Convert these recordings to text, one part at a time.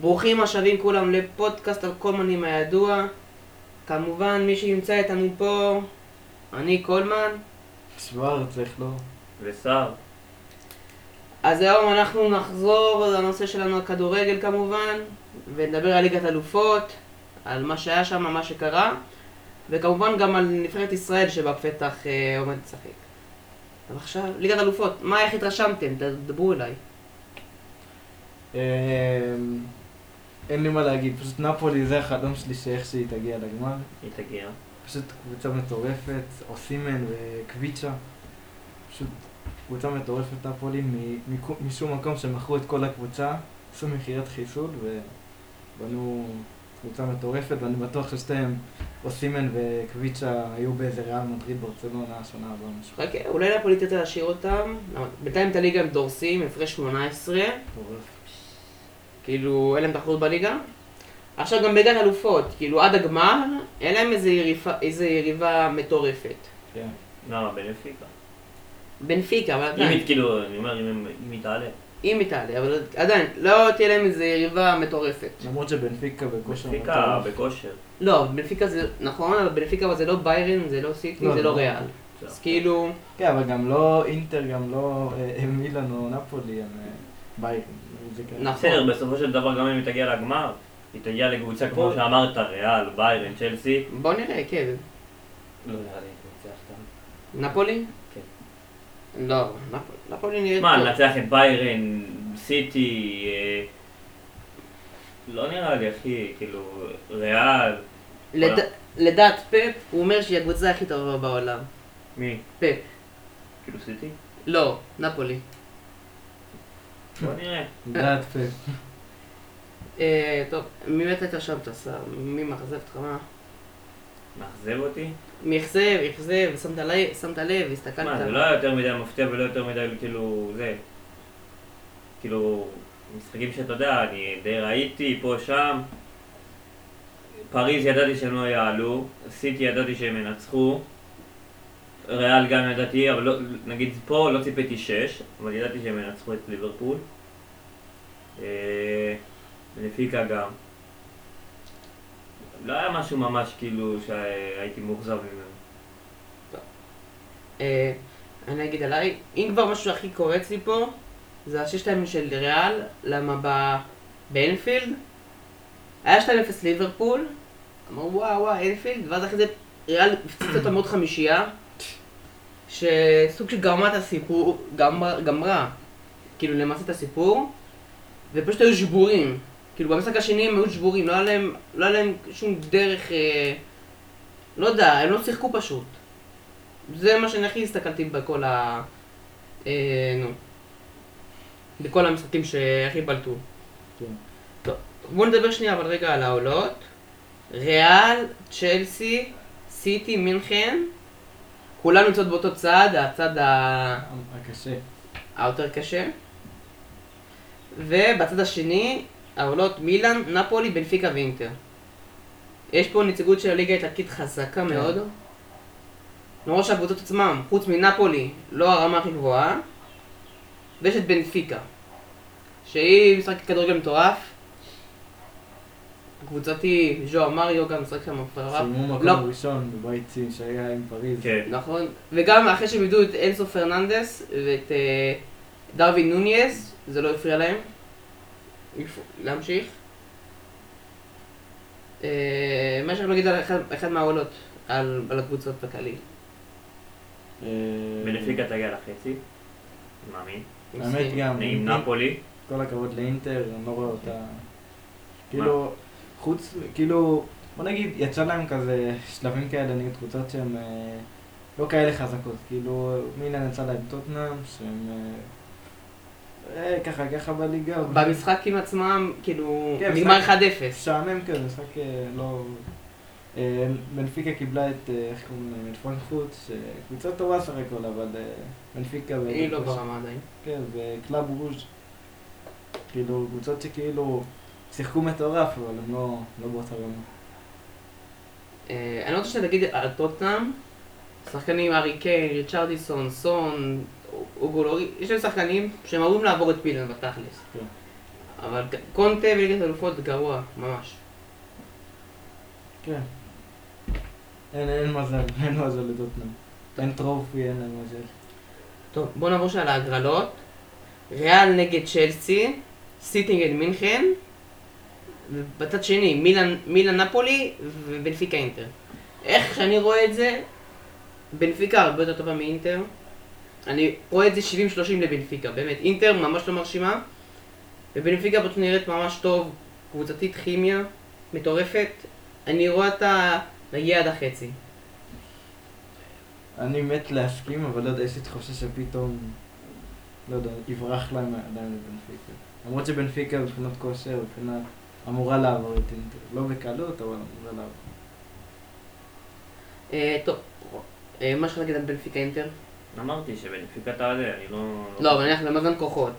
ברוכים השבים כולם לפודקאסט על קולמנים הידוע. כמובן, מי שימצא איתנו פה, אני קולמן. שוורץ, איך לא? וסער. אז היום אנחנו נחזור לנושא שלנו הכדורגל כמובן, ונדבר על ליגת אלופות, על מה שהיה שם, מה שקרה, וכמובן גם על נבחרת ישראל שבפתח אה, עומד לשחק. אז עכשיו, ליגת אלופות, מה, איך התרשמתם? תדברו אליי. אמ, אין לי מה להגיד, פשוט נפולי זה החלום שלי שאיך שהיא תגיע לגמר. היא תגיע. פשוט קבוצה מטורפת, אוסימן וקוויצ'ה. פשוט קבוצה מטורפת נפולי, מ- מכו- משום מקום שמכרו את כל הקבוצה, עשו מכירת חיסול ובנו קבוצה מטורפת, ואני בטוח ששתיהם, אוסימן וקוויצ'ה, היו באיזה ריאל מדריד ברצלונה השנה הבאה. משהו חכה, אולי נפולי תרצה להשאיר אותם, אבל בינתיים את הליגה הם דורסים, הפרש 18, מטורף. כאילו אין להם תחרות בליגה. עכשיו גם בליגת אלופות, כאילו עד הגמר, אין להם איזה יריבה, איזה יריבה מטורפת. כן. למה? בנפיקה. בנפיקה, אבל אם עדיין, היא, כאילו, אני אומר, אם הם- אם היא תעלה. אם היא תעלה, אבל עדיין, לא תהיה להם איזה יריבה מטורפת. למרות שבנפיקה בכושר בנפיקה מטורף. בכושר. לא, בנפיקה זה נכון, אבל בנפיקה אבל זה לא ביירן, זה לא סיטי, לא, זה לא לא. ריאל. אז כאילו, כן, אבל גם לא אינטר, גם לא אה, אה, מילאן או נפולי, הם אה, ביירן. זה כן. כזה. נכון. בסדר, בסופו של דבר גם אם היא תגיע לגמר, היא תגיע לקבוצה כמו כמו- שאמרת, ריאל, ביירן, צ'לסי. בוא נראה, כן. לא נראה לי, ננצח אותם. נפולי? כן. לא, נפולי- נפולי נראית... מה, טוב. לנצח את ביירן, סיטי, אה, לא נראה לי, אחי, כאילו, ריאל. לד... לדעת פפ, הוא אומר שהיא הקבוצה הכי טובה בעולם. מי? פפ. כאילו סיטי? לא, נפולי. בוא נראה. דעת פה. אה, טוב, באמת הייתה שם את השר, מי מאכזב אותך מה? מאכזב אותי? מי אכזב, אכזב, שמת לב, שמת לב, הסתכלת. מה, זה לא היה יותר מדי מפתיע ולא יותר מדי, כאילו, זה. כאילו, משחקים שאתה יודע, אני די ראיתי פה, שם. פריז ידעתי שהם לא יעלו, סיטי ידעתי שהם ינצחו, ריאל גם ידעתי, אבל לא, נגיד פה לא ציפיתי שש, אבל ידעתי שהם ינצחו את ליברפול. אה, לפיקה גם. לא היה משהו ממש כאילו שהייתי מאוכזב ממנו. אה, אני אגיד עליי, אם כבר משהו הכי קורץ לי פה, זה הששת הימים של ריאל, למה ב... באנפילד, היה 2-0 ליברפול, אמרו וואו וואו אנפילד, ואז אחרי זה ריאל הפציץ אותם עוד חמישייה, שסוג שגרמה את הסיפור, גמרה, גמרה, כאילו למעשה את הסיפור, ופשוט היו שבורים, כאילו במשחק השני הם היו שבורים, לא היה להם, לא היה להם שום דרך, אה, לא יודע, הם לא שיחקו פשוט. זה מה שאני הכי הסתכלתי בכל ה... אה, נו. בכל המשחקים שהכי בלטו. כן. טוב, בואו נדבר שנייה אבל רגע על העולות. ריאל, צ'לסי, סיטי, מינכן. כולן נמצאות באותו צד, הצד ה... הקשה. היותר קשה. ובצד השני, העולות מילאן, נפולי, בנפיקה ואינטר. יש פה נציגות של הליגה האיטלקית חזקה מאוד. למרות שהקבוצות עצמם, חוץ מנפולי, לא הרמה הכי גבוהה. ויש את בנפיקה, שהיא משחקת כדורגל מטורף. קבוצתי, ז'ו מריו גם משחק שם מטורף. סיימו לא, מקום ראשון בבית סין שהיה עם פריז. כן. נכון, וגם אחרי שהם איבדו את אנסו פרננדס ואת אה, דרווין נוניאס, זה לא הפריע להם. איפה- להמשיך. אה, מה שאני להגיד על אחד, אחד מהעולות, על, על הקבוצות בכללי. אה, בנפיקה תגיע לחצי, מאמין. האמת גם, עם עם- נפולי, כל הכבוד לאינטר, אני לא רואה אותה... כאילו, חוץ, כאילו, בוא נגיד, יצא להם כזה שלבים כאלה נגד קבוצות שהן אה, לא כאלה חזקות. כאילו, מילן יצא להם טוטנאם, שהם... אה, אה, ככה ככה בליגה. אבל- במשחק עם עצמם, כאילו, כן, נגמר 1-0. משחק- משעמם כזה, משחק אה, לא... אה, בנפיקה קיבלה את, אה, איך קוראים להם, את פרנקפורט, שקבוצה טובה סך הכל, אבל אה, בנפיקה... ו- היא לא ברמה עדיין. כן, וקלאב רוז' כאילו, קבוצות שכאילו שיחקו מטורף, אבל הם לא, לא באותה רמה. אה, אני רוצה שתגיד על טוטנאם, שחקנים ארי קיין, ריצ'רדיסון, סון, אוגולורי, יש להם שחקנים שהם אמורים לעבור את פילן בתכלס. כן. אבל ק- קונטה בליגת אלופות גרוע, ממש. כן. אין, אין מזל, אין מזל לדוטנאם. אין טרופי, אין להם מזל. טוב, בואו נעבור שעל ההגרלות. ריאל נגד צ'לסי, סיטי נגד מינכן, ובצד שני מילאן, מילאן נפולי ובנפיקה אינטר. איך שאני רואה את זה, בנפיקה הרבה יותר טובה מאינטר. אני רואה את זה 70-30 לבנפיקה, באמת. אינטר ממש לא מרשימה, ובנפיקה פשוט נראית ממש טוב, קבוצתית כימיה, מטורפת. אני רואה אותה נגיע עד החצי. אני מת להסכים, אבל לא יודע, יש לי תחושה שפתאום, לא יודע, יברח להם הידיים לבנפיקה. למרות שבנפיקה מבחינת כושר, מבחינת... אמורה לעבור את אינטר. לא בקלות, אבל אמורה לעבור. אה, טוב, אה, מה יש לך להגיד על בנפיקה אינטר? אמרתי שבנפיקה תעלה, אני לא... לא, אבל נניח במאזן כוחות.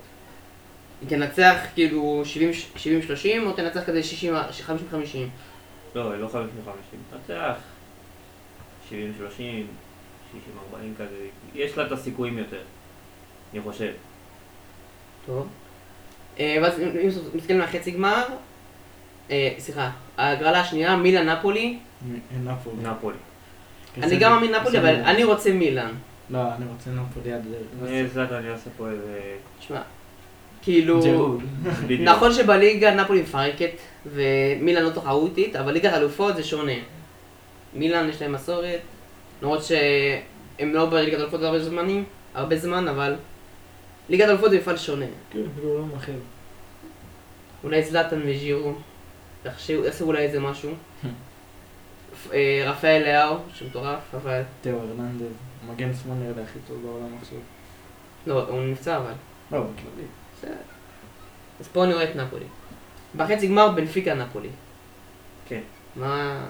היא תנצח כאילו 70-30 או תנצח כזה 60, 50-50. לא, לא 50 50. נצח 70 30, 60 40 כזה. יש לה את הסיכויים יותר, אני חושב. טוב. אה, ואז אם אם מסתכלים על חצי גמר, אה, סליחה, ההגרלה השנייה, מילה נפולי. אין נפולי. נפולי. לא. כן, אני גם מאמין נפולי, אבל אני רוצה מילאן. לא, אני רוצה נפולי עד דרך. אה, זלאטה, אני עושה פה איזה... תשמע, כאילו... ג'רוד. בדיוק. נכון שבליגה נפולי מפרקת, ומילאן לא תחרותית, אבל ליגת אלופות זה שונה. מילאן יש להם מסורת, למרות שהם לא בליגת אלופות הרבה זמנים, הרבה זמן, אבל ליגת אלופות זה מפעל שונה. כן, בעולם אחר. אולי זלאטן וז'ירו, יחשבו, יעשו אולי איזה משהו. אה, רפאל לאהו, שמטורף, אבל... תאו הרננדז, מגן שמאל נראה לי הכי טוב בעולם עכשיו. לא, הוא נפצע אבל. לא, בכללי. בסדר. אז פה אני רואה את נפולי. בחצי גמר בנפיקה נפולי. כן. מה...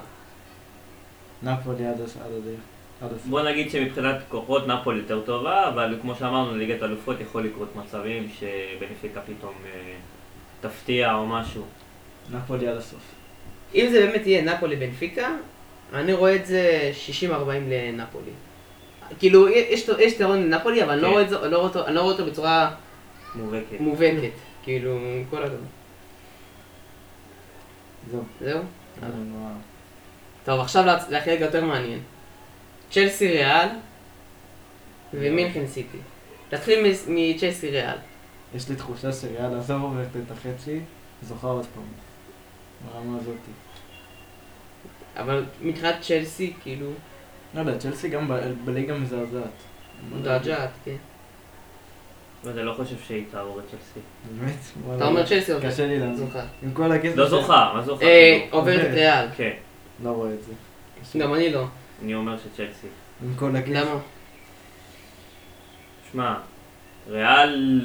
נפולי עד הס- עד הדרך. עד הסוף. בוא נגיד שמבחינת כוחות נפולי יותר טובה, אבל כמו שאמרנו, ליגת אלופות יכול לקרות מצבים שבנפיקה פתאום אה, תפתיע או משהו. נפולי עד הסוף. אם זה באמת יהיה נפולי בנפיקה, אני רואה את זה 60-40 לנפולי. כאילו, יש, יש יתרון לנפולי, אבל אני לא כן. רואה את זה- לא רואה אותו- אני לא רואה אותו בצורה מובהקת. מובהקת. כאילו, כל הזמן. זהו. זהו? אין לנו ה- טוב, עכשיו לה- לחלק יותר מעניין. צ'לסי ריאל ומינכן סיטי. נתחיל מ- מצ'לסי ריאל. יש לי תחושה שריאל עזוב עוברת את החצי, זוכה עוד פעם. ברמה הזאתי. אבל מבחינת צ'לסי, כאילו, לא יודע, צ'לסי גם ב- בליגה מזעזעת. מודאג'ת, כן. ואני לא חושב שהיא תעבור את צ'לסי. באמת? אתה אומר צ'לסי עוברת. קשה לי לענות. זוכה. עם כל הכסף... לא ש- זוכה, מה זוכה? אה, כאילו? עוברת את ריאל. כן, לא רואה את זה. גם אני לא. אני אומר שצ'לסי. עם כל הכסף. למה? שמע, ריאל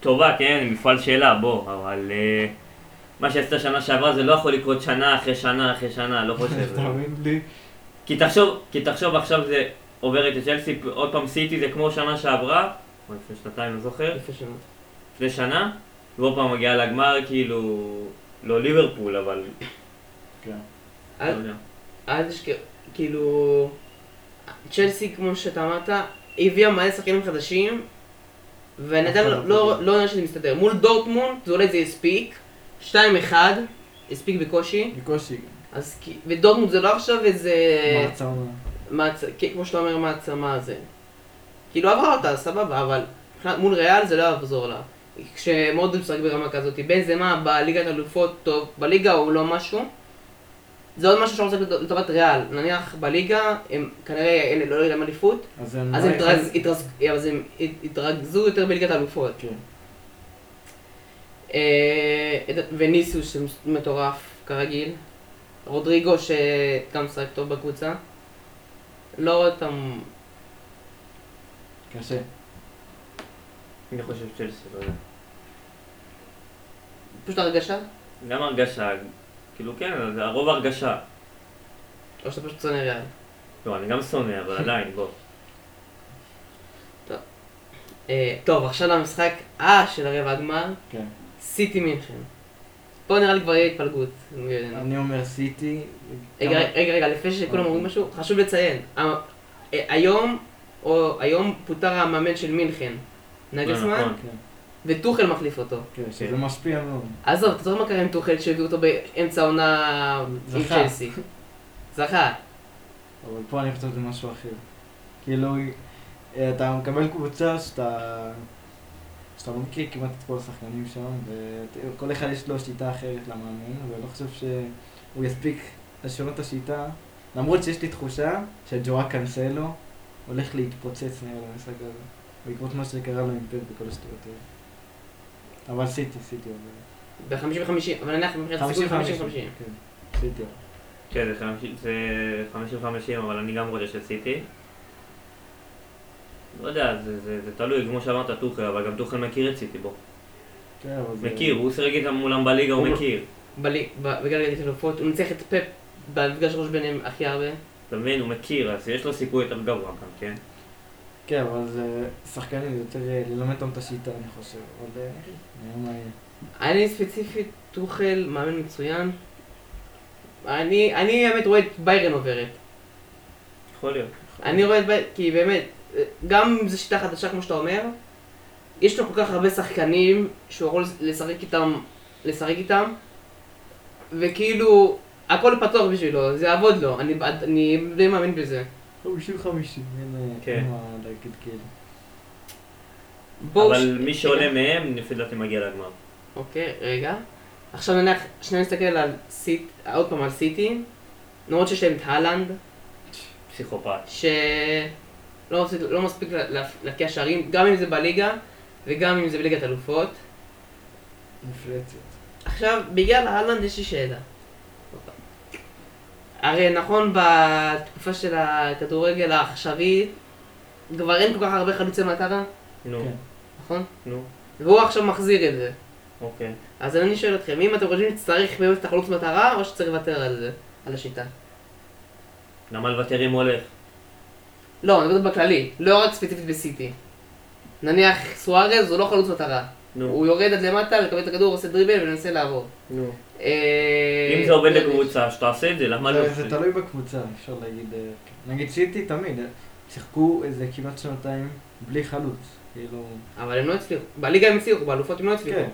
טובה, כן, מפעל שאלה, בוא, אבל אה, מה שעשתה שנה שעברה זה לא יכול לקרות שנה אחרי שנה אחרי שנה, לא חושב. תאמין לי. כי תחשוב, כי תחשוב עכשיו זה עובר את צ'לסי, עוד פעם סיטי זה כמו שנה שעברה, או לפני שנתיים, לא זוכר, יפה שמות. לפני שנה, ועוד פעם מגיעה לגמר, כאילו, לא ליברפול, אבל... כן. לא אל- יודע. אל תשכח, כאילו, צ'לסי, כמו שאתה אמרת, הביאה מלא שחקנים חדשים, ונתן נכון, לא- נכון. לא לא נראה שזה מסתדר. מול דורטמונד, זה אולי זה הספיק, 2-1, הספיק בקושי, בקושי גם. אז כי- ודורטמונד זה לא עכשיו איזה, מעצמה. מעצ- כן, כמו שאתה אומר, מעצמה זה. כאילו עברה אותה, סבבה, אבל מבחינת- מול ריאל זה לא יעזור לה. כשמוד משחק ברמה כזאת, בן זמה בליגת אלופות טוב, בליגה הוא לא משהו. זה עוד משהו שעושה לטובת ריאל, נניח בליגה, הם כנראה אלה לא יראים אליפות, אז הם... אז לא הם התרז- יכולים- התרז- אז הם הת- התרכזו יותר בליגת אלופות. כן. אה, וניסוס מטורף, כרגיל. רודריגו שגם משחק טוב בקבוצה. לא רואה אותם... קשה. אני חושב צ'לסי, לא יודע. פשוט הרגשה? גם הרגשה, כאילו, כן, זה הרוב הרגשה. או שאתה פשוט שונא ריאל? לא, אני גם שונא, אבל עדיין, בוא. אה, טוב, עכשיו למשחק אה של הרבע הגמר, כן. סיטי מינכן. פה נראה לי כבר יהיה התפלגות. אני אומר סיטי. כן. רגע, רגע, רגע, לפני אה, שכולם אומרים משהו, חשוב לציין. אה, ה- אה, היום, או היום פוטר המאמן של מינכן. לא, נגלסמן, נכון. כן. וטוחל מחליף אותו. כן, שזה משפיע מאוד. עזוב, אתה זוכר מה קרה עם טוחל שהביאו אותו באמצע העונה עם זכה. צ'לסי? זכה. אבל פה אני חושב שזה משהו אחר. כאילו, אה, אתה מקבל קבוצה שאתה... שאתה לא מכיר כמעט את כל השחקנים שם, וכל אחד יש לו שיטה אחרת למאמן, ואני לא חושב שהוא יספיק לשנות את השיטה, למרות שיש לי תחושה שג'ואה קאנסלו הולך להתפוצץ נראה לי במשחק הזה, בעקבות מה שקרה לו עם פרק וכל השטויות האלה. אבל סיטי, סיטי עוברת. ב-50-50, אבל אנחנו מבחינת סיכוי 50-50. כן, סיטי עוברת. כן, זה חמישים- זה 50-50, אבל אני גם רוצה שסיטי. לא יודע, זה- זה זה תלוי, כמו שאמרת, טוחל, אבל גם טוחל מכיר את סיטי, בוא. כן, אבל זה... מכיר, הוא שיחק איתם מולם בליגה, הוא הוא- מכיר. בלי- ב- בגלל ליגת אלופות, הוא ניצח את פפ במפגש ראש ביניהם הכי הרבה. אתה מבין? הוא מכיר, אז יש לו סיכוי יותר גבוה גם, כן? כן, אבל זה שחקנים, זה יותר אה, ללמד אותם את השיטה, אני חושב. אבל אה, נראה מה יהיה. אני ספציפית, טוחל, מאמן מצוין. אני, אני האמת רואה את ביירן עוברת. יכול להיות. אני רואה את ביירן, כי באמת, גם אם זו שיטה חדשה כמו שאתה אומר, יש לו כל כך הרבה שחקנים שהוא יכול לשחק איתם, לשחק איתם, וכאילו, הכל פתוח בשבילו, זה יעבוד לו, אני, אני די מאמין בזה. 50-50, אין אה, כן. אין מה להגיד כאילו. בואו... אבל מי שעולה מהם, לפי דעתי מגיע לגמר. אוקיי, רגע. עכשיו נניח, שנייה נסתכל על סיט, עוד פעם על סיטי, למרות שיש להם את הלנד, פסיכופת. שלא מספיק, לא מספיק לה- להבקיע שערים, גם אם זה בליגה, וגם אם זה בליגת אלופות. אינפלציות. עכשיו, בגלל אהלנד יש לי שאלה. הרי נכון בתקופה של הכדורגל העכשווית, כבר אין כל כך הרבה חלוצי מטרה, נו, כן. נכון? נו, והוא עכשיו מחזיר את זה. אוקיי. אז אני שואל אתכם, אם אתם חושבים שצריך באמת את החלוץ מטרה, או שצריך לוותר על זה, על השיטה? למה לוותר אם הולך? לא, אני מדבר בכללי, לא רק ספציפית בסיטי. נניח סוארז הוא לא חלוץ מטרה. נו, הוא יורד עד למטה, מקבל את הכדור, עושה דריבל ומנסה לעבור. נו. אה, אם זה עובד גרליש. לקבוצה, שתעשה את זה, למה לא? זה- זה תלוי בקבוצה, אפשר להגיד. אה, כן. נגיד סיטי תמיד, אה, שיחקו איזה כמעט שנתיים בלי חלוץ. כאילו, אבל הם לא הצליחו. בליגה הם הצליחו, באלופות הם לא הצליחו. כן.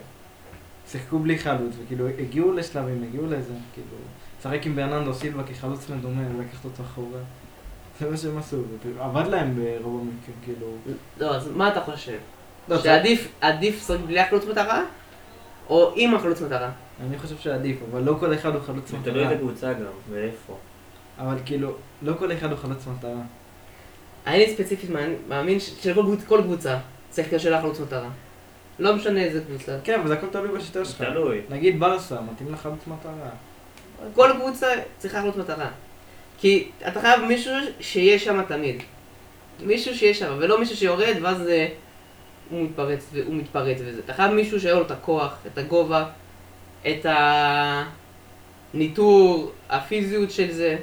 שיחקו בלי חלוץ, וכאילו הגיעו לשלבים, הגיעו לזה, כאילו... לשחק עם ברננדו סילבה כחלוץ מדומה ולקחת אותו אחורה. זה מה שהם עשו, זה עבד להם ברוב המקרים, כאילו... לא, אז מה אתה חושב? לא, זה- שעדיף עדיף לשחק בלי החלוץ מטרה, או עם החלוץ מטרה? אני חושב שעדיף, אבל לא כל אחד הוא חלוץ זה תלוי מטרה. את הקבוצה גם, ואיפה. אבל כאילו, לא כל אחד הוא חלוץ מטרה. אני ספציפית מאמין- מאמין ש- שלכל קבוצ- כל קבוצה צריך להיות שלה חלוץ מטרה. לא משנה איזה קבוצה. כן, אבל זה הכל תלוי בשיטה שלך. תלוי. נגיד ברסה, מתאים לחלוץ מטרה. כל קבוצה צריכה להיות מטרה. כי אתה חייב מישהו שיהיה שם תמיד. מישהו שיהיה שם, ולא מישהו שיורד ואז אה, הוא מתפרץ, ו- הוא מתפרץ וזה. אתה חייב מישהו שיהיה לו את הכוח, את הגובה, את הניטור, הפיזיות של זה.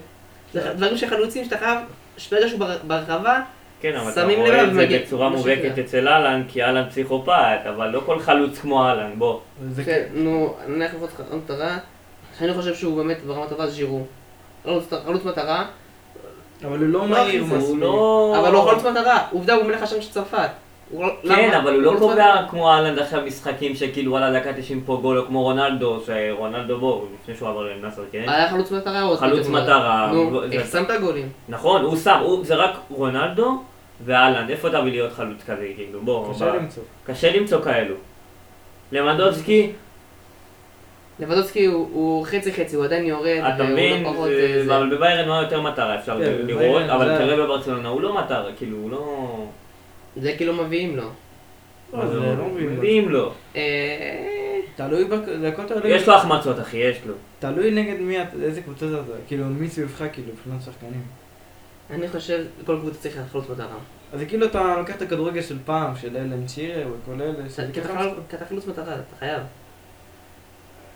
זה דברים של חלוצים שאתה חייב, שברגע שהוא בר- ברחבה, כן, אבל אתה שמים לב רואה את זה ומגיע- בצורה מה מובהקת שקרה. אצל אהלן, כי אהלן פסיכופת, אבל לא כל חלוץ כמו אהלן, בוא. זה כן, נו, נניח לפחות חלוץ מטרה, שאני חושב שהוא באמת ברמה טובה, זה ז'ירו. חלוץ- חלוץ מטרה, כן. אבל הוא לא לא, מהיר אחי, הוא מספיק. לא... אבל הוא חלוץ מטרה, עובדה הוא מלך השם של צרפת. הוא לא- כן, למה? אבל הוא לא חלוץ מטרה. קובע כמו אהלן עכשיו משחקים שכאילו וואלה דקה 90 פה גול, או כמו רונלדו, שרונלדו בו, לפני שהוא עבר לנאסר, כן? אה, היה חלוץ מטרה הוא עושה את חלוץ זה מול- מטרה. נו, הוא- זה- איך שמת גולים? נכון, הוא שם, הוא- זה רק רונלדו ואהלן, איפה תביא להיות חלוץ כזה, כאילו, בוא, קשה בוא. למצוא. קשה למצוא כאלו. למדובסקי, לבדוצקי הוא- הוא חצי חצי, הוא עדיין יורד. אתה והוא לא מבין, פחות, זה- אה, זה. אבל בביירן הוא היה יותר מטרה, אפשר כן, לראות, בביירן אבל זה- כרגע בברצלונה הוא לא מטרה, כאילו, הוא לא... זה כאילו מביאים לו. לא, זה אה, לא מבין. מביאים לו. אה, תלוי, בק- זה הכל תלוי. יש לו החמצות, אחי, יש לו. תלוי נגד מי, את- איזה קבוצה זה, אתה- כאילו, מי סביבך, כאילו, מבחינת שחקנים. אני חושב, כל קבוצה צריכה חלוץ מטרה. אז זה כאילו אתה לוקח את הכדורגל של פעם, של אלן שירר וכל אלה, שזה כי אתה ככה- חלוץ- כי אתה חלוץ מטרה, אתה חייב.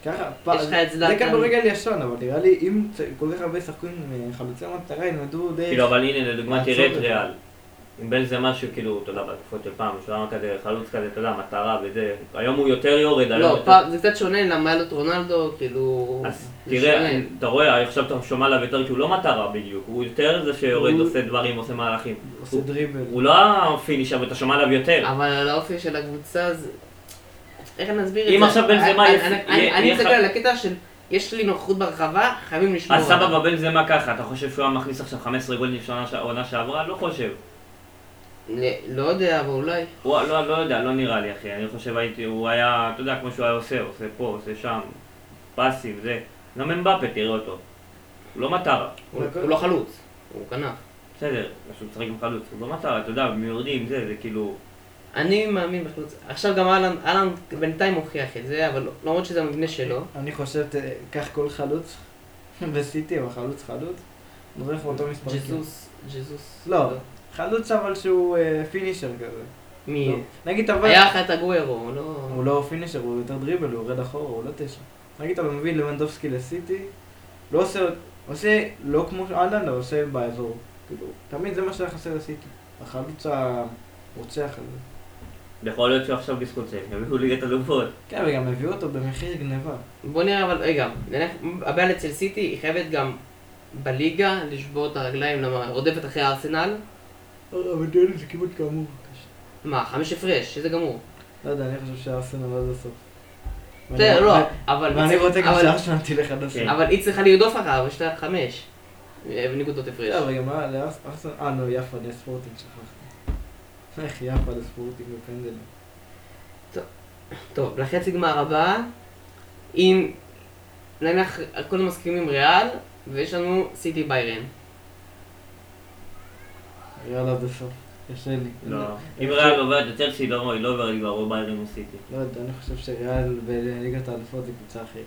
ככה, יש פעם. לך את זה זלאטן. כדורגל ישן, אבל נראה לי אם צ- כל כך הרבה שחקו עם אה, חלוצי מטרה, ילמדו דרך... כאילו, אבל הנה, לדוגמה, לעצור תראה את את זה. ריאל. עם בין זה משהו, כאילו, אתה יודע, בתקופות של פעם, שהוא היה כזה חלוץ כזה, אתה יודע, מטרה וזה. היום הוא יותר יורד, היום לא, יותר- פעם- זה קצת שונה, למה היה לו את רונלדו, כאילו... אז זה תראה, שונה. אתה רואה, עכשיו אתה שומע עליו יותר כי הוא לא מטרה בדיוק, הוא יותר זה שיורד, הוא- עושה דברים, עושה מהלכים. עושה דריבל. הוא לא הפינישר, ואתה שומע עליו יותר. אבל על האופי של הקבוצה זה... איך אני אסביר את זה? אם עכשיו בנזמה אני- יפ- אני- יהיה- אני- אני יהיה מסתכל ח- על הקטע של יש לי נוכחות ברחבה, חייבים לשמור. אז אותה. סבבה בן זמה ככה, אתה חושב שהוא היה מכניס עכשיו 15 גולים של העונה ש- העונה שעברה? לא חושב. ל- לא יודע, אבל אולי. הוא לא, לא יודע, לא נראה לי אחי, אני חושב הייתי, הוא היה, אתה יודע, כמו שהוא היה עושה, עושה פה, עושה שם, פסים, זה. גם אמבפה, תראה אותו. הוא לא מטרה. הוא דקה. הוא לא חלוץ, הוא כנף. בסדר, אז הוא משחק עם חלוץ, הוא לא מטרה, אתה יודע, מיורדים, זה, זה כאילו... אני מאמין בחלוץ. עכשיו גם אהלן, אהלן בינתיים הוכיח את זה, אבל למרות שזה המבנה שלו. אני חושב, ת- קח כל חלוץ בסיטי, אבל חלוץ חלוץ, נותן לך אותו מספר. כן. ג'זוס, ג'זוס. לא. חלוץ אבל שהוא אה, פינישר כזה. מי? לא. נגיד אבל... היה לך את הגוורו, לא... הוא לא פינישר, הוא יותר דריבל, הוא יורד אחורה, הוא לא תשע. נגיד אתה מביא לבנדובסקי לסיטי, לא עושה, עושה לא כמו אהלן, אבל עושה באזור. כאילו, תמיד זה מה שהיה חסר לסיטי. החלוץ הרוצח הזה. יכול להיות שהוא עכשיו דיסקוצה, יביאו ליגת אלופות. כן, וגם הביאו אותו במחיר גניבה. בוא נראה, אבל רגע, נלך, הבעיה אצל סיטי היא חייבת גם בליגה לשבור את הרגליים, למה רודפת אחרי הארסנל. אבל תראה לי, זה כמעט כאמור. מה, חמש הפרש, שזה גמור. לא יודע, אני חושב שארסנל עד הסוף. בסדר, ואני- לא, אבל... ואני רוצה גם אבל- שארסנל תלך עד הסוף. כן. אבל היא צריכה לרדוף אחריו, יש לה חמש. אה, בנקודות הפרש. לא, אבל גם לא, לארסנל... אה, נו, יפה, דה ספורטינג, שכחתי. איך יפה, דה ספורטינג בפנדלים. טוב, לחצי גמר הבא, אם נניח כולנו מסכימים עם ריאל, ויש לנו סיטי ביירן. יאללה, עד הסוף. קשה לי. לא. אם ריאל עובד את צ'לסי, לא היא לא עוברת כבר, הוא ביירן וסיטי. לא יודע, אני חושב שריאל בליגת האלופות זה קבוצה אחרת.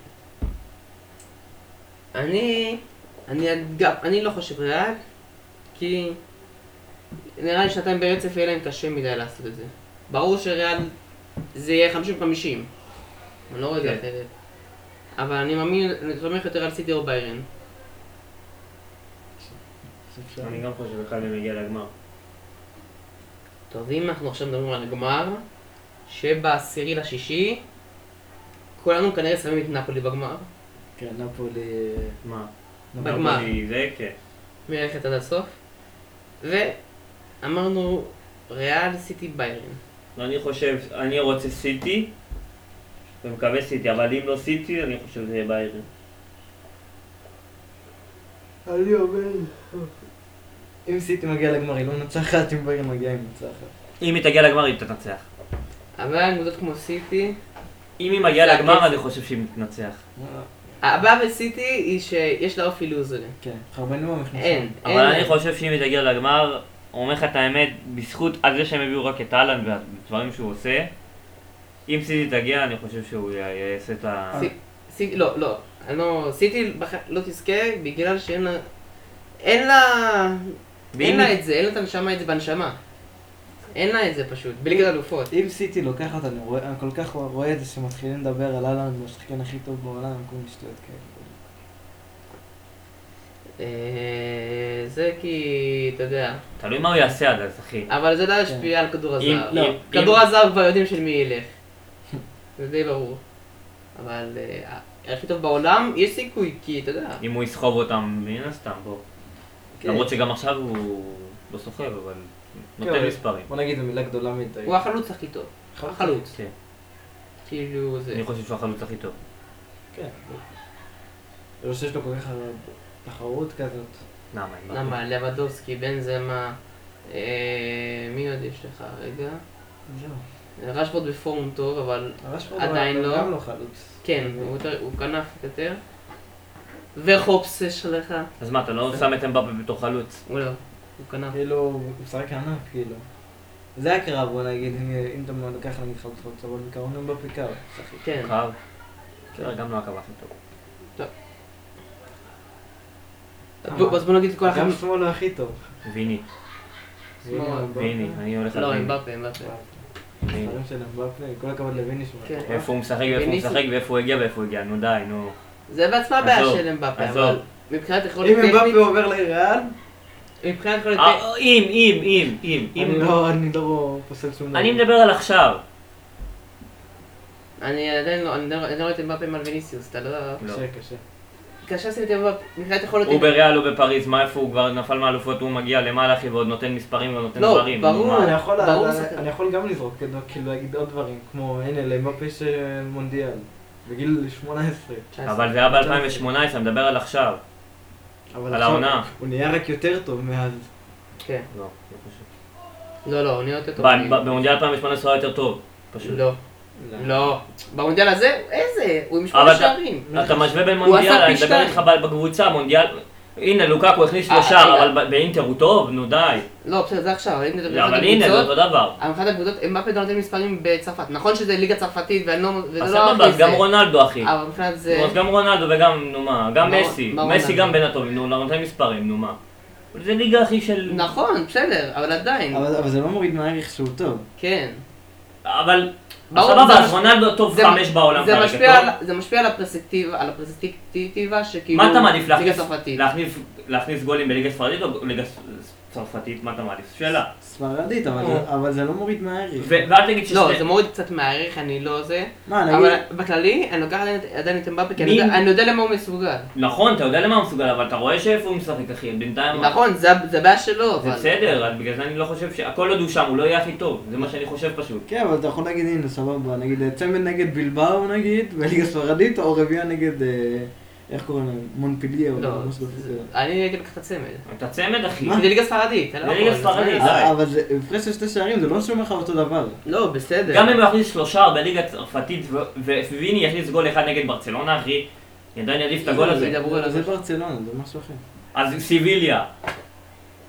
אני, אני, גם, אני לא חושב ריאל, כי נראה לי שנתיים ברצף יהיה להם קשה מדי לעשות את זה. ברור שריאל זה יהיה 50-50, אני לא רואה את זה כן. אחרת. אבל אני מאמין, אני תומך יותר על סיטי או ביירן. אני חושב אני לא- ש- גם חושב שאחד מהם יגיע לגמר. טוב, אם אנחנו עכשיו מדברים על הגמר, שבעשירי לשישי, כולנו כנראה שמים את נפולי בגמר. כן, נפולי... מה? נפולי. בגמר. נפולי זה כן. מלכת עד הסוף. ואמרנו, ריאל סיטי ביירן. אני חושב, אני רוצה סיטי, ומקווה סיטי, אבל אם לא סיטי, אני חושב שזה יהיה ביירן. אני אומר... אוקיי. אם סיטי מגיע לגמר היא לא מנצחת, אם ביירן מגיעה היא מנצחת. אם היא תגיע לגמר, היא תנצח. אבל קבוצות כמו סיטי, אם היא מגיעה זה לגמר, הכסף. אני חושב שהיא תנצח. הבעיה בסיטי היא שיש לה אופי לוזרי. כן, חרבנו במכנסיים. אין, אין. נכון. אבל אני חושב שאם היא תגיע לגמר, אומר לך את האמת, בזכות על זה שהם הביאו רק את אהלן והדברים שהוא עושה, אם סיטי תגיע, אני חושב שהוא י- יעשה את ה... סי- סיטי, לא, לא. אני לא, סיטי בח- לא תזכה בגלל שאין לה... אין לה... אין ואם לה היא- את זה, אין לה את הנשמה את זה בנשמה. אין לה את זה פשוט, בליגת אלופות. אם סיטי לוקחת, אני רואה- אני כל כך רואה את זה שמתחילים לדבר על אהלן, הוא השחקן הכי טוב בעולם, עם כל מיני שטויות כאלה. אה, זה כי, אתה יודע. תלוי מה הוא יעשה עד אז, אחי. אבל זה לא ישפיע על כדור אם- הזהב. לא, כדור אם- הזהב כבר יודעים של מי ילך. זה די ברור. אבל אה, הכי טוב בעולם, יש סיכוי, כי אתה יודע. אם הוא יסחוב אותם, מן הסתם, בוא. כן. למרות שגם עכשיו הוא לא סוחב, אבל נותן כן. מספרים. בוא נגיד זו מילה גדולה מדי. הוא החלוץ הכי טוב. החלוץ. כן. כאילו זה. אני חושב שהוא החלוץ הכי טוב. כן. זה לא שיש לו כל כך הרבה תחרות כזאת. למה? אין בעיה. למה? לבדובסקי, בנזמה. אה, מי עוד יש לך? רגע. זהו. רשפורד בפורום טוב, אבל רשפורד עדיין הוא לא. גם לא חלוץ. כן, הוא יותר- הוא כנף יותר. וחופס יש לך. אז מה, אתה לא שם את אמבפה בתור חלוץ? הוא לא, הוא כנף. כאילו, הוא משחק ענק, כאילו. זה הקרב, בוא נגיד, אם- אם אתה לוקח נגיד חלוץ חלוץ, אבל בעיקרון הם בפיקר. כן. קרב? כן, גם לא הקו הכי טוב. אה, בוא- אז בוא נגיד את כל גם החמש. שמאל הוא הכי טוב. ויני, שמאל. והנה, אמבפה. ויני, אני הולך על לא, ויני. עם באפה, עם באפה. ויני. דברים של אמבפה, כל הכבוד לויני שהוא כן. מטורף. איפה הוא משחק ואיפה הוא ויני- משחק ואיפה הוא הגיע ואיפה הוא הגיע, נו די, נו. זה בעצמה הבעיה עזוב, של אמבפה, עזוב. אבל מבחינת יכולת אם טכנית, אמבפה עובר לריאל, מבחינת יכולת טכנית, אה, אם, אם, אם, אם, אני אם. לא- אני לא פוסל שום דבר. אני מדבר על עכשיו. אני עדיין לא, אני עדיין לא- אני לא רואה את אמבפה עם ויניסיוס, אתה לא... לא. קשה, קשה. התקשרתי לטבע מבחינת יכולת... הוא בריאל, הוא בפריז, מה איפה הוא כבר נפל מהאלופות, הוא מגיע למעלה אחי ועוד נותן מספרים ונותן לא, דברים. ברור. מה? אני יכול- ברור, אני- שחקן. אני יכול גם לזרוק, כאילו, כאילו להגיד עוד דברים, כמו הנה למבפה של מונדיאל, בגיל 18. 19. אבל זה היה ב-2018, אני מדבר על עכשיו. אבל על עכשיו העונה. הוא נהיה רק יותר טוב מאז. כן. לא, לא חושב. לא, לא, אוניות יותר ב- ב- במונדיאל 2018 הוא היה יותר טוב, פשוט. לא, לא. במונדיאל הזה, איזה? הוא עם אבל שמונה אתה- שערים. אתה משווה בין הוא מונדיאל, עשה אני פי מדבר שתיים. איתך ב- בקבוצה, מונדיאל... הנה, לוקקו הכניס אה, שלושה, רגע. אבל ב- באינטר הוא טוב, נו די. לא, בסדר, זה עכשיו, אבל אם נדבר אבל על הנה, זה אותו הקבוצות, דבר. אבל מבחינת הקבוצות, אמבפה גם נותן מספרים בצרפת. נכון שזה ליגה צרפתית, ואני לא... וזה אז לא סבבה, הכי אז גם זה. רונלדו אחי. אבל מבחינת זה... נו, אז גם רונלדו וגם, נו מה, גם מה- מסי. מה מסי רונלדו? גם בין הטובים, נו, נותן מספרים, נו מה. זה ליגה אחי של... נכון, בסדר, אבל עדיין, אבל אבל זה לא מוריד מהערך שהוא טוב. כן. אבל... ברור, סבבה, זה אז מש- רונלדו טוב זה- חמש בעולם זה כרגע, משפיע טוב? על- זה משפיע על הפרספקטיבה, על הפרספקטיבה שכאילו... מה אתה מעדיף כאילו, ליגה להכניס, צרפתית. להכניס, להכניס גולים בליגה ספרדית או ליגה ס- צרפתית? מה אתה מעדיף? שאלה. ספרדית, אבל או. זה- אבל זה לא מוריד מהערך. ו- ואל תגיד ששני... לא, זה מוריד קצת מהערך, אני לא זה. מה, אבל נגיד, בכללי, אני לוקח עדיין את- עדיין את אמבפה, כי אני מי- יודע- אני יודע למה הוא מסוגל. נכון, אתה יודע למה הוא מסוגל, אבל אתה רואה שאיפה הוא משחק, אחי, בינתיים... נכון, זה זה הבעיה שלו, זה אבל... בסדר, אז בגלל זה אני לא חושב ש... הכל עוד הוא שם, הוא לא יהיה הכי טוב, זה מה שאני חושב פשוט. כן, אבל אתה יכול להגיד, הנה, סבבה, נגיד אה, צמד נגד בלבאו נגיד, בליגה ספרדית, או רביעייה נגד, אה, איך קוראים להם? מונפיליה, או לא, משהו זה- כזה. אני הייתי לוקח את הצמד. אתה צמד, אחי. כי זה ליגה ספרדית, אתה לא זה ליגה יכול, ספרדית. זה- די. אה, אבל זה, הפרש של שתי שערים, זה לא שאומר לך אותו דבר. לא, בסדר. גם אם הוא יכניס שלושה בליגה הצרפתית, ו- וויני יכניס גול אחד נגד ברצלונה, אחי, עדיין יעדיף את הגול הזה. ידברו על זה זה. ברצלונה, זה משהו אחר. אז סיביליה.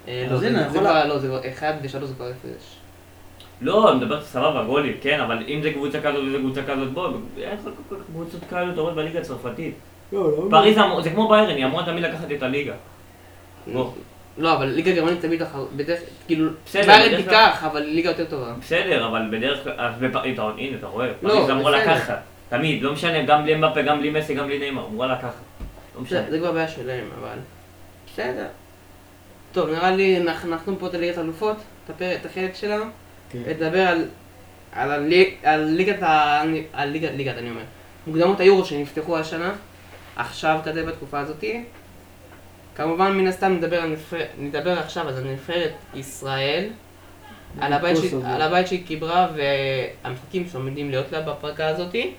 אה, אז לא, זה הנה, זה יכול- כבר, לא, זה כבר אחד ושלוש זה כבר הפרש. לא, אני מדבר סבבה, גולים, כן, אבל אם זה קבוצה כזאת וזה קבוצה כזאת, בוא, אין לך כל כך קבוצות כאלה טובות בליגה הצרפתית. לא, לא. פריז אמור- זה כמו ביירן, היא אמורה תמיד לקחת את הליגה. בוא. לא, אבל ליגה גרמנית תמיד אחר... בדרך... כאילו... בסדר, בארץ בדרך כלל- לא תיקח, אבל ליגה יותר טובה. בסדר, אבל בדרך כלל, אז בפ- אתה- הנה, אתה רואה, לא, פריז אמורה בסדר. לקחת. תמיד, לא משנה, גם בלי מבפה, גם בלי מסי, גם בלי נאמר, אמורה לקחת. לא משנה. זה זה כבר בעיה שלהם, אבל... בסדר. טוב, נראה לי אנחנו נחתום פה את ליגת האלופות, את הפרק- את החלק שלנו, כן. ונדבר על... על הלי- על ליגת ה... על ליגת, ליגת, אני אומר. מוקדמות היורו שנפתחו השנה, עכשיו כזה בתקופה הזאתי. כמובן, מן הסתם נדבר, על נבחר- נדבר עכשיו אז על נבחרת ישראל, על הבית, ש... קוסובו. על הבית שהיא קיברה והמשחקים שעומדים להיות לה בפרקה הזאתי.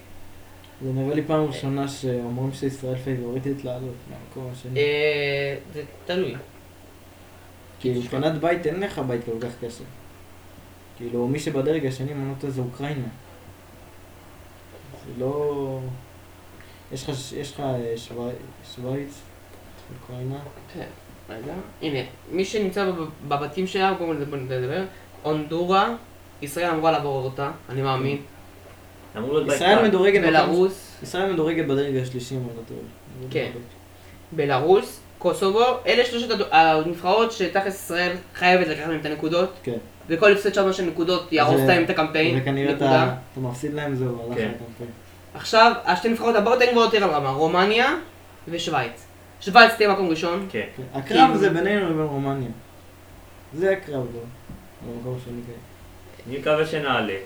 זה נראה לי פעם ראשונה שאומרים שישראל פייבוריטית לעלות מהמקום השני. אה, זה תלוי. כי מבחינת בית אין לך בית כל כך קשה. כאילו, מי שבדרג השני, אם אני לא טועה, זה אוקראינה. זה לא... יש לך- יש לך אה, שווי- שווייץ, אוקראינה. כן, רגע. הנה, מי שנמצא בב- בבתים שלה, בואו נדבר- נדבר. הונדורה, ישראל אמורה לעבור אותה, אני מאמין. אמור להיות ישראל בעיקר. מדורגת... במקום- כן. בלרוס, ישראל מדורגת בדרג השלישי, אם אני לא טועה. כן. בלרוס, קוסובו, אלה שלושת הד- הנבחרות שתכלס ישראל חייבת לקחת מהם את הנקודות. כן. וכל הפסד שם של נקודות יהרוס זה- להם את הקמפיין. וכנראה נקודה. אתה אתה מפסיד להם, זהו, הלך כן. לקמפיין. עכשיו, השתי נבחרות הבאות הן כבר יותר על רמה, רומניה ושווייץ. שווייץ תהיה מקום ראשון. כן. כן, הקרב כי- זה בינינו לבין רומניה. זה הקרב פה. במקום שני כן. אני מקווה שנעלה.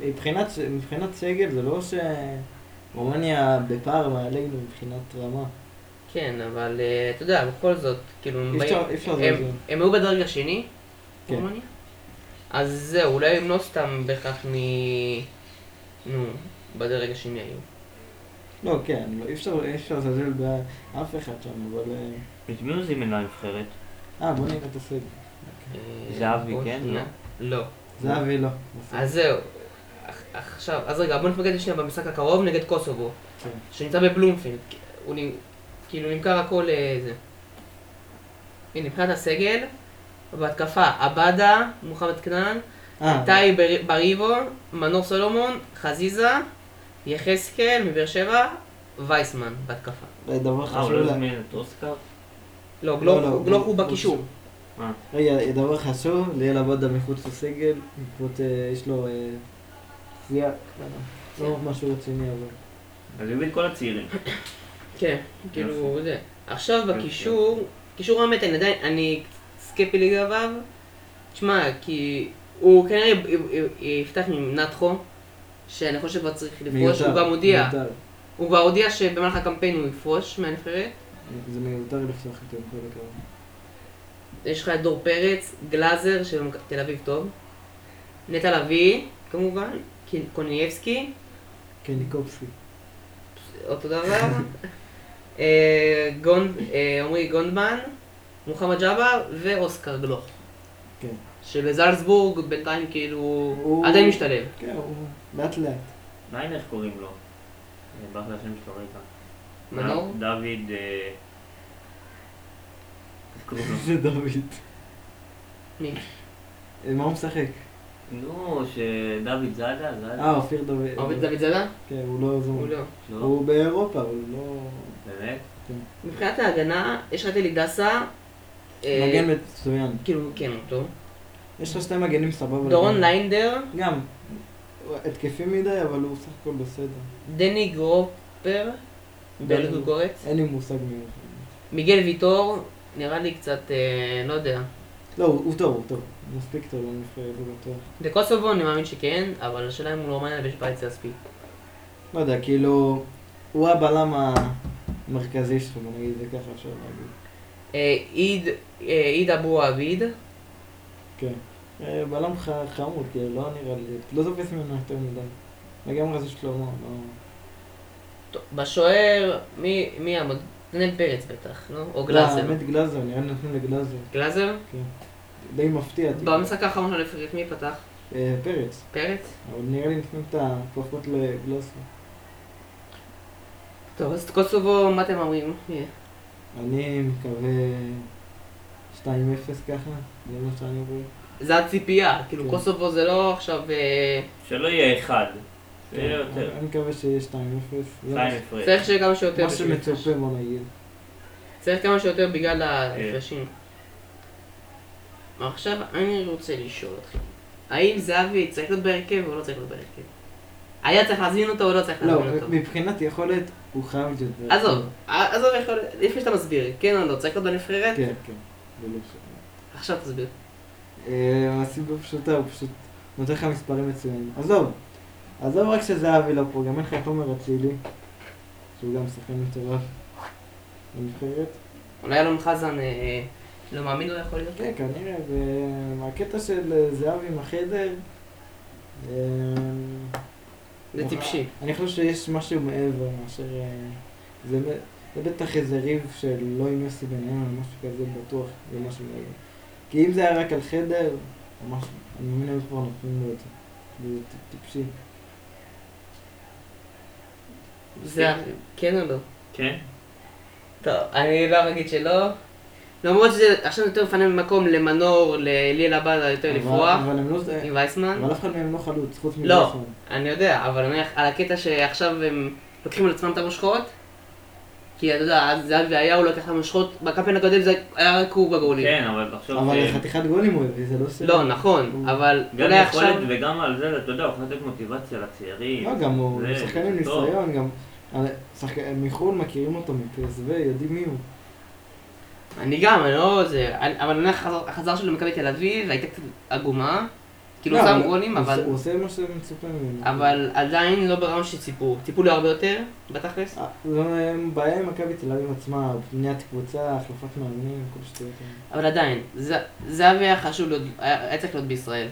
מבחינת, מבחינת סגל זה לא שרומניה בפער מעלינו מבחינת רמה. כן, אבל אה, אתה יודע, בכל זאת, כאילו, הם אי באים- אפשר- אי אפשר הם- לזלזל. הם היו בדרג השני, כן. רומניה. אז זהו, אולי הם לא סתם בהכרח מ... נו, בדרג השני היו. לא, כן, לא, אי אפשר אי אפשר לזלזל באף אחד שם, אבל... אה, את מי הוא זימן לנבחרת? אה, בוא נראה את הסגל. אה, זהבי, בוא כן? שנייה. לא. זהבי לא. אז זהו. עכ- עכשיו, אז רגע, בוא נתמקד שנייה במשחק הקרוב נגד קוסובו, כן. שנמצא בבלומפילד. הוא נ... כאילו נמכר הכל אה, זה. הנה, מבחינת הסגל, בהתקפה, עבדה, מוחמד כנען, אה, איתי בר- בריבו, מנור סולומון, חזיזה, יחזקאל מבאר שבע, וייסמן בהתקפה. דבר אה, הוא חשוב לא לה... הזמין את אוסקר? לא, לא, גלוך הוא- גלוך הוא הוא- בקישור. אה, רגע, דבר חשוב, ליאל עבדה מחוץ לסגל, בעקבות, אה, יש לו... אה, פציעה קטנה. לא משהו רציני, אבל... אז הוא הביא את כל הצעירים. כן, כאילו זה. עכשיו בקישור, קישור האמת אני עדיין, אני סקפי לגביו. תשמע, כי הוא כנראה י- י- י- יפתח עם נתחו, שאני חושב שכבר צריך לפרוש, מיותר, הוא גם הודיע. מיותר. הוא כבר הודיע שבמהלך הקמפיין הוא יפרוש מהנבחרת. זה מיותר לפתוח איתו עם כל הכבוד. יש לך את דור פרץ, גלאזר של מכ- תל אביב טוב, נטע לביא, כמובן, קין- קונייבסקי, כן, קניקובסקי. אותו דבר, אה, גונד- אה, עמרי גונדמן, מוחמד ג'אבר ואוסקר גלוך, כן. שבזלצבורג בינתיים כאילו הוא- עדיין משתלב. כן, הוא לאט לאט. מעניין איך קוראים לו. אה, ברח לי השם שלו רגע. מנור? ד- דוד... אה, איך קוראים לו? זה דוד. מי? אה, מה הוא משחק? נו, שדוד זאדה, זאדה. אה, אופיר דוד. עובד דוד זאדה? כן, הוא לא זום. הוא לא. לא? הוא באירופה, הוא לא... כן. באמת? מבחינת ההגנה, יש לך את אלי דסה, אה, מגן מצוין. כאילו, כן, אותו. יש לך שני מגנים סבבה. דורון לגמרי. ליינדר, גם. הוא התקפי מדי, אבל הוא סך הכל בסדר. דני גרופר, באלו גוגורץ, אין לי מושג מי הוא. מיגל ויטור, נראה לי קצת, אה, לא יודע. לא, הוא הוא טוב, הוא טוב. מספיק טוב, אני חושב, הוא בטוח. בקוסובו אני מאמין שכן, אבל השאלה אם הוא לא רומניה ושווייץ יספיק. לא יודע, כאילו... הוא הבלם המרכזי שלך, בוא נגיד את זה ככה אפשר להגיד. אה, עיד, אה, עיד אבו עביד, כן. אה, בלם ח- חמוד, כאילו, לא נראה לי... לא תופס ממנו יותר מדי. לגמרי זה שלמה, לא... טוב, בשוער, מי מי יעמוד? דניאל פרץ בטח, לא? או לא, גלאזר. האמת גלאזר, נראה לי נותנים לגלאזר. כן. גלאזר? די מפתיע. אותי. במשחק האחרון של הפרק מי פתח? אה, פרץ. פרץ? אבל נראה לי נותנים את הכוחות לגלאזר. טוב, אז את קוסובו, מה אתם אומרים? אה, אני מקווה 2-0 ככה, זה מה שאני רואה. זה הציפייה, כאילו כן. קוסובו זה לא עכשיו... אה, שלא יהיה אחד. שיהיה יותר. אני מקווה שיהיה 2-0. זה מה כן, חיים אוקיי. ש- הפרש. צריך שכמה שיותר... מה שמצופה, בוא נגיד. צריך כמה שיותר בגלל ההפרשים. עכשיו אני רוצה לשאול אתכם, האם זהבי צריך להיות בהרכב או לא צריך להיות בהרכב? היה צריך להזמין אותו או לא צריך לא, להזמין אותו? מבחינת יכולת, הוא חייב להיות... יותר. עזוב, ע- עזוב, יכול- לפני שאתה מסביר, כן או לא, צריך להיות בנבחרת? כן, כן. בלי ש- עכשיו תסביר. אה, הסיבה פשוטה, הוא פשוט נותן לך מספרים מצוינים. עזוב, עזוב רק שזהבי לא פה, גם אין לך את עומר אצילי, שהוא גם שחקן מטורף בנבחרת. אולי אלון חזן אה, לא מאמין לו יכול להיות? כן, כנראה, והקטע של אה, זהבי עם החדר, אה, זה טיפשי. אני חושב שיש משהו מעבר מאשר... אה, זה, ב- זה בטח איזה ריב שלא עם יוסי בניון או משהו כזה בטוח, זה משהו מעבר. כי אם זה היה רק על חדר, או משהו, אני מבין היו כבר נותנים לו את זה. זה טיפ- טיפשי. זה כן או לא? כן? טוב, אני לא אגיד שלא. למרות שזה עכשיו יותר מפנה ממקום למנור, לליאל עבאדה יותר אבל- לפרוח, אבל הם לא... עם וייסמן. אבל אף אחד מהם לא חלוץ, חוץ לא. מלחמן. אני יודע, אבל אני אומר על הקטע שעכשיו הם לוקחים על עצמם את המושכות, כי אתה יודע, אז זהבי היה, הוא לקח את המושכות, בקמפיין הקודם זה היה רק הוא בגולים. כן, אבל תחשוב אבל ש... חתיכת גולים הוא הביא, זה לא סדר. לא, נכון, הוא- אבל גם אולי עכשיו... יכולת וגם על זה, אתה יודע, הוא יכול לתת מוטיבציה לצעירים. לא, גם הוא זה- שחקן עם זה טוב. ניסיון, גם... שחקן- מחו"ל מכירים אותו מפסו, יודעים מי הוא. אני גם, אני לא... זה... אני- אבל אני החזר- החזר שלו למכבי תל אביב הייתה קצת עגומה, כאילו הוא לא, שם אבל גולים, הוא אבל... עושה- הוא עושה מה שמצופה ממנו. אבל עדיין לא ברמה שציפו, ציפו לו הרבה יותר, בתכלס. אה, זה בעיה עם מכבי תל אביב עצמה, בניית קבוצה, החלפת מאמנים, כל שטויות. האלה. אבל עדיין, זה- זהבי היה חשוב להיות, היה היה צריך להיות בישראל.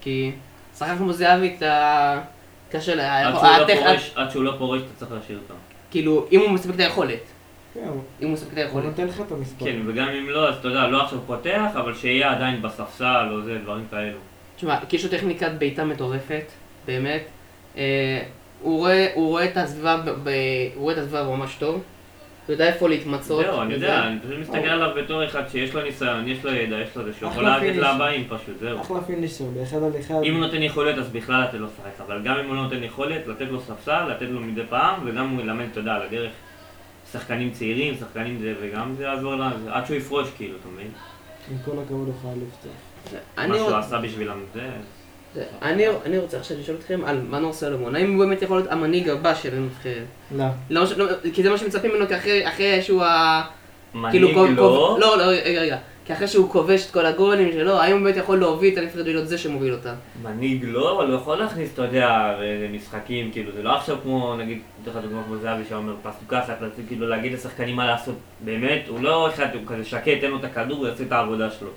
כי שחקן כמו זהבי, אתה... קשה ל... עד שהוא לא הטכ- פורש- עד שהוא לא פורש, אתה צריך להשאיר אותו. כאילו, אם הוא מספיק את היכולת. כן, הוא- אם הוא מספיק את הוא היכולת. נותן לך את המספר. כן, וגם אם לא, אז אתה יודע, לא עכשיו פותח, אבל שיהיה עדיין בספסל או זה, דברים כאלו. תשמע, כי יש לו טכניקת בעיטה מטורפת, באמת. אה, הוא רואה- הוא רואה את הסביבה, ב- ב- הוא רואה את הסביבה ממש טוב. הוא יודע איפה להתמצות. זהו, אני וזה. יודע, אני פשוט מסתכל עליו בתור אחד שיש לו ניסיון, יש לו ידע, יש לו זה, שהוא יכול אחלה לתת פיניש. לבאים פשוט, זהו. אחלה פינישר, באחד על אחד. כן, נכון. אם הוא נותן יכולת, אז בכלל לתת לו לשחק, אבל גם אם הוא לא נותן יכולת, לתת לו ספסל, לתת לו מדי פעם, וגם הוא ילמד, אתה יודע, על הדרך. שחקנים צעירים, שחקנים זה, וגם זה יעזור לה, זה- עד שהוא יפרוש, כאילו, אתה מבין? עם כל הכבוד הוא חייב לפתוח. אני מה שהוא רוצ- עשה בשבילם, זה... כאילו, זה- אני- אני רוצה עכשיו לשאול אתכם על מנור סלומון. האם הוא באמת יכול להיות המנהיג הבא של הנבחרת? לא. לא, ש- לא, כי זה מה שמצפים ממנו כי אחרי- אחרי שהוא ה... מנהיג כאילו, לא, לא, לא, רגע, רגע. כי אחרי שהוא כובש את כל הגולים שלו, האם הוא באמת יכול להוביל את הנבחרת ולהיות זה שמוביל אותה? מנהיג לא, אבל הוא יכול להכניס, אתה יודע, משחקים, כאילו, זה לא עכשיו כמו, נגיד, אתן לך דוגמא כמו זהבי שאומר פסוקה, שאתה רוצה כאילו להגיד לשחקנים מה לעשות, באמת, הוא לא אחד, הוא כזה שקט, תן לו את הכדור, הוא יעשה את העבודה שלו.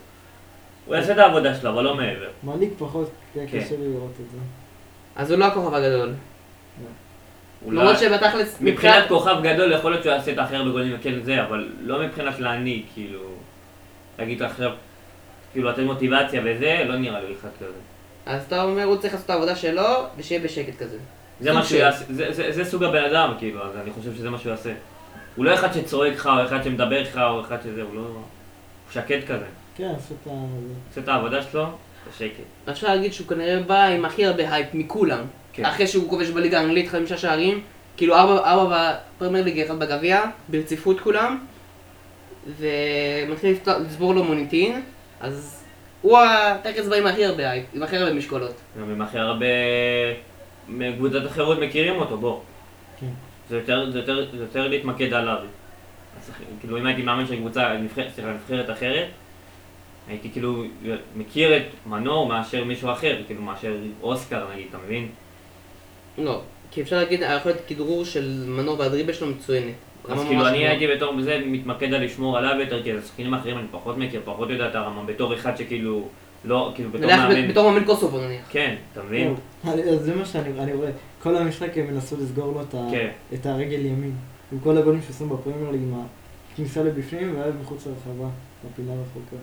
הוא יעשה את העבודה שלו, אבל לא מעבר. מנהיג פחות, כי היה כן. קשה לי לראות את זה. אז הוא לא הכוכב הגדול. הוא לא- למרות שבתכלס, מבחינת כוכב גדול, יכול להיות שהוא יעשה את הכי הרבה גולים וכן זה, אבל לא מבחינת להנהיג, כאילו, להגיד עכשיו, כאילו, לתת מוטיבציה וזה, לא נראה לי אחד כזה. אז אתה אומר, הוא צריך לעשות את העבודה שלו, ושיהיה בשקט כזה. זה מה סוג שהוא של. יעשה, זה, זה, זה סוג הבן אדם, כאילו, אז אני חושב שזה מה שהוא יעשה. הוא לא אחד שצועק לך, או אחד שמדבר לך, או אחד שזה, הוא לא... הוא שקט כזה. כן, עשו את ה... עושה את העבודה שלו, בשקט. אפשר להגיד שהוא כנראה בא עם הכי הרבה הייפ מכולם. כן. אחרי שהוא כובש בליגה האנגלית חמישה שערים, כאילו ארבע, ארבע בפרמייר ליגה, אחד בגביע, ברציפות כולם, ומתחיל לפתוח- לצבור לו מוניטין, אז הוא הטקס בא עם הכי הרבה הייפ, עם הכי הרבה משקולות. גם עם הכי הרבה... מקבוצות אחרות מכירים אותו, בוא. כן. זה יותר, זה יותר, זה יותר להתמקד עליו. אז כאילו, אם הייתי מאמן של קבוצה, נבחרת- סליחה, נבחרת אחרת, הייתי כאילו מכיר את מנור מאשר מישהו אחר, כאילו, מאשר אוסקר נגיד, אתה מבין? לא, כי אפשר להגיד, היכולת כדרור של מנור והדריבל שלו מצוינת. אז רמה כאילו ממש לא. אני גבוהה. הייתי בתור בזה מתמקד על לשמור עליו יותר, כי את השחקנים האחרים אני פחות מכיר, פחות יודע את הרמה, בתור אחד שכאילו, לא, כאילו בתור נניח מאמן, ב- בתור מאמן קוסובו נניח. כן, אתה מבין? אני- אז זה מה שאני אני רואה. כל המשחק הם ינסו לסגור לו את ה- כן. את הרגל ימין. עם כל הגולים שעושים בפרמייר ליג, עם הכניסה לבפנים ואז מחוץ לרחבה, בפינה הרחוקה.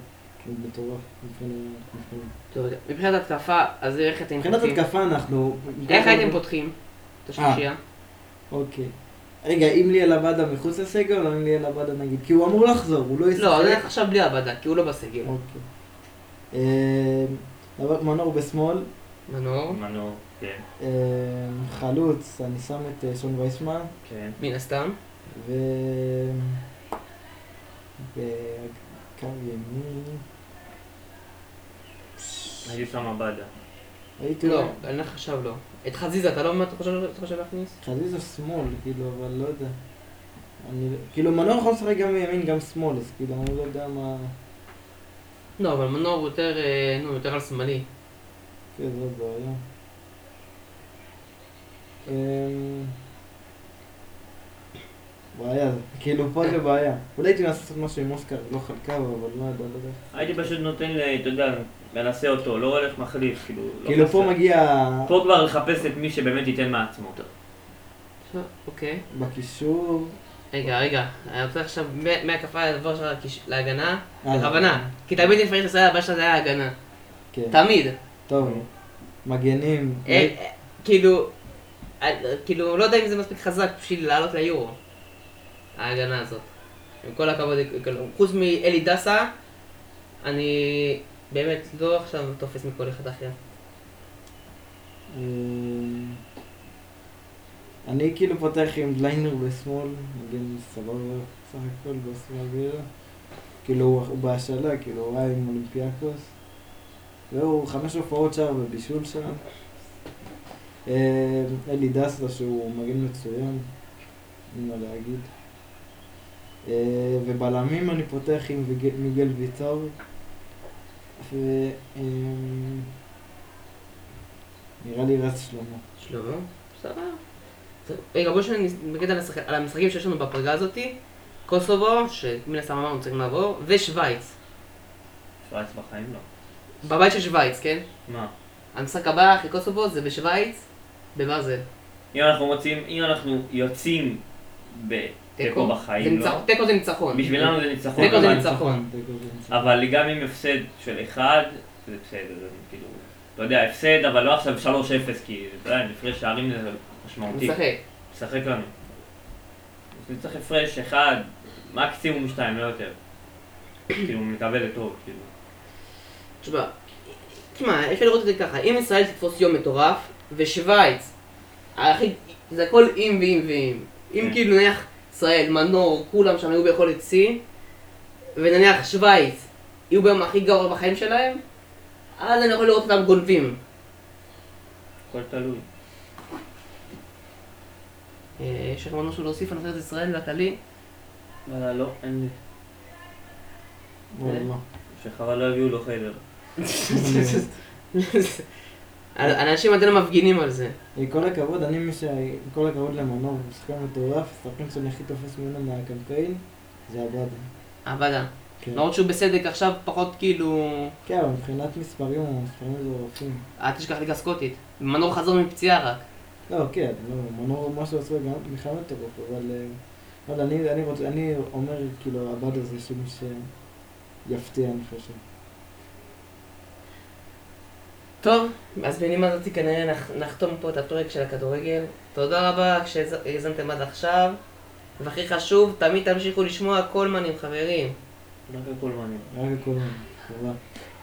זה מטורף, מבחינת- מבחינת- טוב, רגע. מבחינת התקפה, אז איך אתם מבחינת פותחים? התקפה אה. אנחנו... אוקיי. איך הייתם פותחים? את השלישייה? אוקיי. רגע, אם ליאל עבדה מחוץ לסגל, או אם ליאל עבדה נגיד? כי הוא אמור לחזור, הוא לא ישחק. לא, זה עכשיו בלי עבדה, כי הוא לא בסגל. אוקיי. אמ, אבל מנור בשמאל, מנור, מנור, כן, אמ, חלוץ, אני שם את אה, שון וייסמן, כן. מן הסתם. ו... בקו ימין... הייתי שם עבדה. הייתי לא, אומר, אני עכשיו לא. את חזיזה, אתה לא מה אתה חושב אתה חושב להכניס? חזיזה שמאל, כאילו, אבל לא יודע. אני... כאילו, מנור יכול לשחק גם מימין, גם שמאל, אז כאילו, אני לא יודע מה... לא, אבל מנור הוא יותר, אה, נו, יותר על שמאלי. כן, זו בעיה. אמ, בעיה, זה- כאילו פה זה בעיה. אולי הייתי מנסה לעשות משהו עם אוסקר, לא חלקה, אבל לא יודע, לא יודע. הייתי פשוט נותן, ל- אתה יודע, מנסה אותו, לא הולך מחליף, כאילו, לא כאילו פה חסר. מגיע פה כבר לחפש את מי שבאמת ייתן מעצמו. לא. עכשיו, אוקיי. בקישור... רגע, רגע, אני רוצה עכשיו מה- מהקפה לעבור עכשיו לכיש- להגנה. אה, בכוונה. כי תמיד נפרט לסייע, הבעיה שלה זה היה הגנה. כן, תמיד. טוב, מגנים. אה, אה, כאילו, אה, כאילו, לא יודע אם זה מספיק חזק בשביל לעלות ליורו. ההגנה הזאת. עם כל הכבוד, כאילו, חוץ מאלי דסה, אני באמת לא עכשיו תופס מכל אחד אחר. אמ, אני כאילו פותח עם ליינר בשמאל, מגן סבבה, סך הכל בשמאל בירה. כאילו הוא הוא בהשאלה, כאילו הוא היה עם אולימפיאקוס. והוא חמש הופעות שער ובישול שם. אמ, אלי דסה שהוא מגן מצוין, אין מה להגיד. אה, ובלמים אני פותח עם ויג- מיגל ויטור. ו... אמ, נראה לי רז שלמה. שלמה? בסדר. טוב, רגע, בואו שנתמקד על, השחק... על המשחקים שיש לנו בפלגה הזאתי. קוסובו, שמן הסתם אמרנו צריכים לעבור, ושווייץ. שווייץ בחיים לא. בבית של שווייץ, כן? מה? המשחק הבא אחרי קוסובו זה בשווייץ, בבאזל. אם אנחנו מוצאים, אם אנחנו יוצאים בתיקו זה בחיים, ניצח... לא? תיקו זה ניצחון. בשבילנו זה ניצחון. תיקו זה אבל- ניצחון. תיקו זה ניצחון. אבל גם עם הפסד של אחד, זה בסדר, זה כאילו, אתה יודע, הפסד, אבל לא עכשיו 3-0, כי אתה יודע, הפרש שערים זה משמעותי. משחק. משחק לנו. אז אני צריך הפרש אחד, מקסימום שתיים, לא יותר. כאילו, מקווה לטוב, כאילו. תשמע, תשמע, אפשר לראות את זה ככה, אם ישראל תתפוס יום מטורף, ושווייץ, הכי, זה הכל אם ואם ואם. אם כן. כאילו נניח ישראל, מנור, כולם שם היו ביכולת שיא, ונניח שווייץ יהיו ביום הכי גרוע בחיים שלהם, אז אני יכול לראות אותם גונבים. הכל תלוי. אה, יש לכם עוד משהו להוסיף על נבחרת ישראל והכללי? וואלה, לא, אין לי. וואלה. שחבל לא הביאו לו חדר. אנשים עדיין מפגינים על זה. עם אה, כל הכבוד, אני מי ש... עם כל הכבוד למנור, הוא שחקן מטורף, השחקן שאני הכי תופס ממנו מהקמפיין, זה עבדה. עבדה. כן. אה, למרות שהוא בסדק עכשיו פחות כאילו... כן, אבל מבחינת מספרים, הוא מספרים מטורפים. אל תשכח ליגה סקוטית. מנור חזר מפציעה רק. לא, כן, לא, מנור, מה שהוא עושה גם בכלל מטורף, אבל... אה, אבל אני, אני רוצה, אני אומר, כאילו, עבדה זה שמי ש... יפתיע, אני חושב. טוב, אז בנימה הזאת כנראה נח, נחתום פה את הפרק של הכדורגל. תודה רבה שהאזנתם עד עכשיו. והכי חשוב, תמיד תמשיכו לשמוע קולמנים, חברים. רק הכל מעניין. רק הכול, תודה.